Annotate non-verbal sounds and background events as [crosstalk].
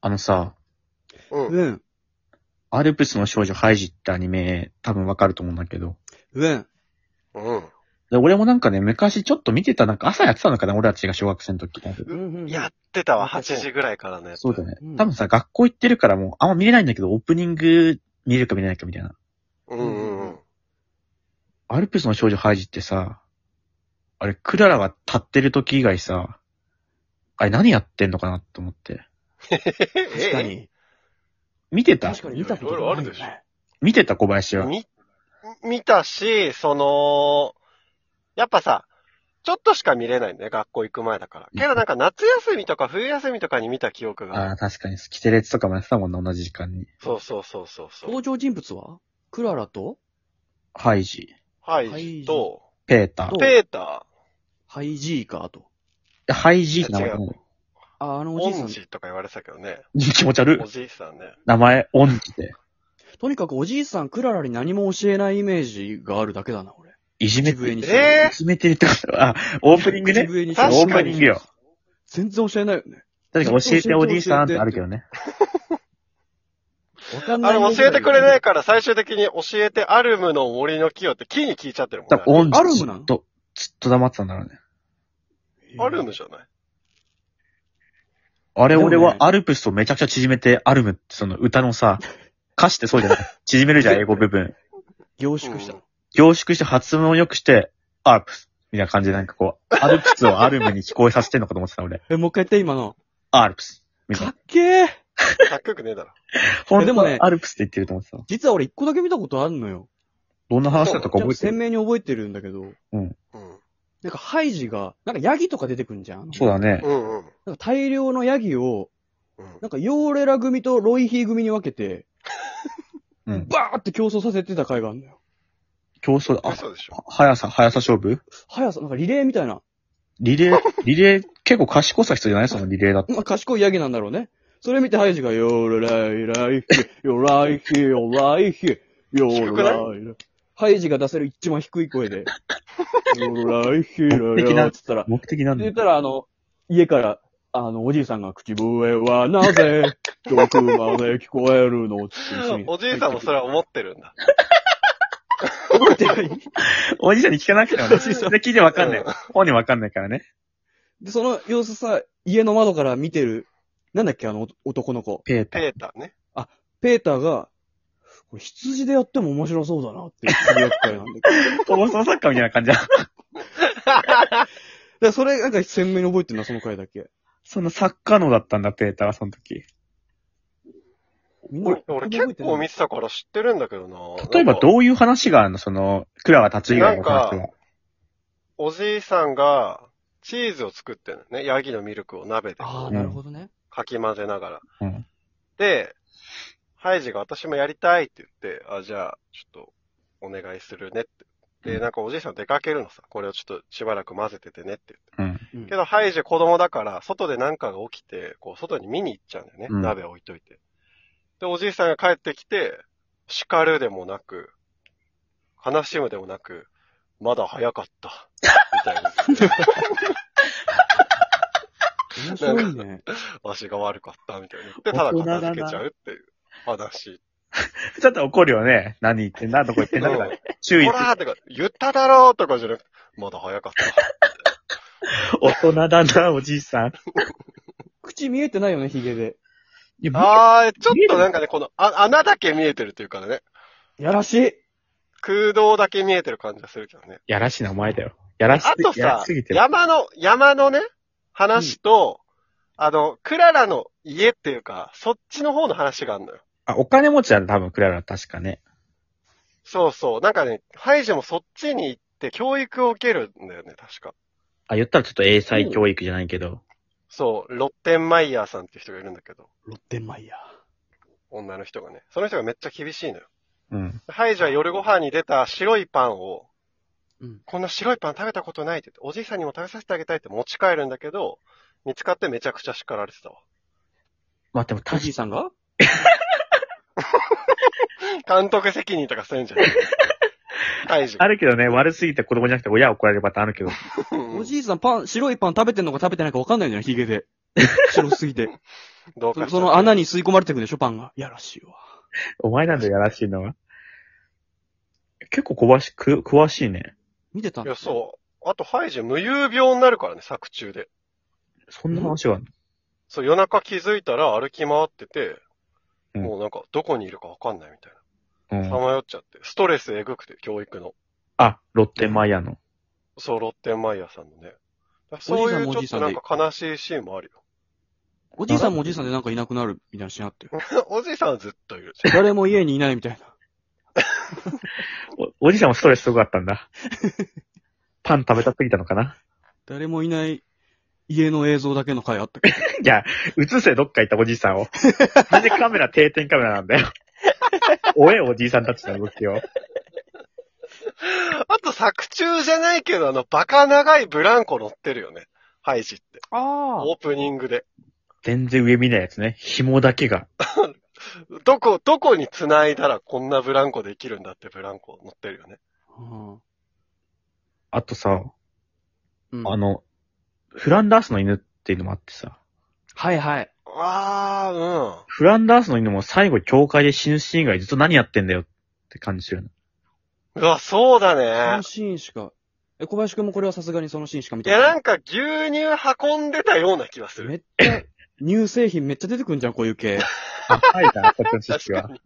あのさ、うん。うん、アルプスの少女ハイジってアニメ、多分わかると思うんだけど。うん。うで俺もなんかね、昔ちょっと見てた、なんか朝やってたのかな、俺たちが小学生の時。ん。やってたわ、8時ぐらいからね。そうだねうん。多分さ、学校行ってるからもう、あんま見れないんだけど、オープニング見れるか見れないかみたいな。うんうんうん。アルプスの少女ハイジってさ、あれ、クララが立ってる時以外さ、あれ何やってんのかなと思って。確かえ、に。見てた確かに見たことない。いろいろあるでしょ見てた小林は。み、見たし、その、やっぱさ、ちょっとしか見れないんだね、学校行く前だから。けどなんか夏休みとか冬休みとかに見た記憶がある。ああ、確かに。キテレツとかもやってたもんな、同じ時間に。そうそうそうそうそう。登場人物はクララとハイジ、ハイジと、ペーターと。ペータハイジーカーと。ハイジーって名前違うあ、あー、のおオじいさンん。ジとか言われてたけどね。気持ち悪いお。じいさんね。名前、オンって。とにかくおじいさん、クララに何も教えないイメージがあるだけだな、俺。いじめ口笛にて、しえいじめてるってことあ、オープニングね口。笛にしてオ確かにープニングよ。全然教えないよね。確かに教えておじいさんってあるけどね。わかんあない。れ教えてくれない。から最終的に教えてアルムの森の木よって木に聞いちゃってるも多んね。分、あオンるずもなっと、ずっと黙ってたんだろうね。アルムじゃないあれ、でも俺ねはアルプスとめちゃくちゃ縮めて、アルムってその歌のさ、歌詞ってそうじゃない [laughs] 縮めるじゃん、英語部分。凝縮したの。凝縮して発音を良くして、アルプス。みたいな感じでなんかこう、アルプスをアルムに聞こえさせてんのかと思ってた俺。え、もう一回言って、今の。アルプス。みたいなかっ。けえかっこよくねえだろ。ほんでもねアルプスって言ってると思ってた。実は俺一個だけ見たことあるのよ。どんな話だったかちゃん覚とえて鮮る明に覚えてるんだけど。うん。なんかハイジが、なんかヤギとか出てくんじゃんそうだね。うんうん。なんか大量のヤギを、うんなんかヨーレラ組とロイヒー組に分けて、うん。バーって競争させてた回があるんだよ。競争だ。あ、嘘でしょ。速さ、速さ勝負速さ、なんかリレーみたいな。リレ [laughs] ー、リレー、結構賢さ必要じゃないそのリレーだって。まあ、賢いヤギなんだろうね。それ見てハイジが、ヨーレライライヒ、ヨーライヒ、ヨーライヒ、ヨーライライ。ハイジが出せる一番低い声で、ヨーライヒ、ヨーライって言ったら、目的なんでだ言っ。たら、あの、家から、あの、おじいさんが口笛はな [laughs] ぜ、遠くまで聞こえるのって一緒におじいさんもそれは思ってるんだ。覚えてないおじいさんに聞かなくても [laughs] ね。それ聞いてわかんない。本人わかんないからね。で、その様子さ、家の窓から見てる、なんだっけ、あの男の子。ペーター。ペーターね。ペーターが、これ羊でやっても面白そうだなっていうつぶやく会なんだけ [laughs] ど。だか放送作家みたいな感じだ。 [laughs] らそれ、なんか鮮明に覚えてるな、その回だけ。その作家のだったんだ、ペーターは、その時。みんな俺、俺結構見てたから知ってるんだけどな。例えばなんかどういう話があるのその、クラが立つ以外の話なんは。おじいさんが、チーズを作ってるのね。ヤギのミルクを鍋であかあ、なるほどね。き混ぜながら。うんで、ハイジが私もやりたいって言って、あ、じゃあ、ちょっと、お願いするねって。うで、んなんかおじいさん出かけるのさ。これをちょっとしばらく混ぜててねって言って。うん。うんけど、ハイジ子供だから、外で何かが起きて、こう、外に見に行っちゃうんだよね。うん鍋置いといて。で、おじいさんが帰ってきて、叱るでもなく、悲しむでもなく、まだ早かった。み [laughs] たいな。面白いね。わしが悪かった、みたいな。で、ただ片付けちゃうっていう話。ちょっと怒るよね。何言ってんだ、どこ行ってんだとかね。注うん意ほ。らーとか、言っただろうとかじゃなくて、まだ早 [laughs] かった。大人だな、おじいさん。口見えてないよね、ヒゲで。いやあー、ちょっとなんかね、この、あ穴だけ見えてるっていうからね。やらしい空洞だけ見えてる感じがするけどね。やらしい名前だよ。やらしあとやらさしすぎ、てる。山の、山のね、話と、あの、クララの家っていうか、そっちの方の話があるのよ。あ、お金持ちだね、多分、クララは確かね。そうそう。なんかね、ハイジもそっちに行って教育を受けるんだよね、確か。あ、言ったらちょっと英才教育じゃないけど。そう、ロッテンマイヤーさんっていう人がいるんだけど、ロッテンマイヤ女の人がね。その人がめっちゃ厳しいのよ。うん。ハイジは夜ご飯に出た白いパンを、うんこんな白いパン食べたことないって言って、おじいさんにも食べさせてあげたいって持ち帰るんだけど、見つかってめちゃくちゃ叱られてたわ。まあ、でもー。お確じいさんが監督責任とかするんじゃないハイジがあるけどね、悪すぎて子供じゃなくて親怒られるパターンあるけど。 [laughs] うん [laughs] おじいさんパン、白いパン食べてんのか食べてないか分かんないんだよね、ヒゲで。白すぎて。どうかそしその穴に。に吸い込まれていくんでしょ、パンが。やらしいわ。お前なんだよ、やらしいのは。結構詳し、く、詳しいね。見てたいや、そう。あと、ハイジ無遊病になるからね、作中で。そんな話があるのそう、夜中気づいたら歩き回ってて、うんもうなんか、どこにいるかわかんないみたいうんな。さまよっちゃって。ストレスえぐくて、教育の。あ、ロッテマイヤの。そう、ロッテンマイヤーさんのね。そういうおじいさんもちおょじっいさとんなでんか悲しいシーンもあるよ。 [laughs] おじいさんもおじいさんでなんかいなくなるみたいなシーンあって。おじいさんは [laughs] ずっといる。誰も家にいないみたいな。お、おじさんもストレスすごかったん [laughs] だ。パン食べたすぎたのかな誰もいない家の映像だけの回あったけど。じゃあ、映せどっか行ったおじさんを。なんでカメラ定点カメラなんだよ。 [laughs] おえおじいさんたちの動きを。あと作中じゃないけど、あの、バカ長いブランコ乗ってるよね。ハイジって。あオープニングで。全然上見ないやつね。紐だけが。どこ、どこに繋いだらこんなブランコできるんだってブランコ乗ってるよね。あ。あとさ、うん。あの、フランダースの犬っていうのもあってさ、はいはい。あー、フランダースの犬も最後教会で死ぬシーン以外ずっと何やってんだよって感じするの。うん。うわ、そうだそねの。シーンしか。え、小林くんもこれはさすがにそのシーンしか見いてや、なない。んか牛乳運んでたような気がする。めっちゃ、乳製品めっちゃ出てくんじゃん、こういう系。あ、はいだ、こっちの知確識かは。に。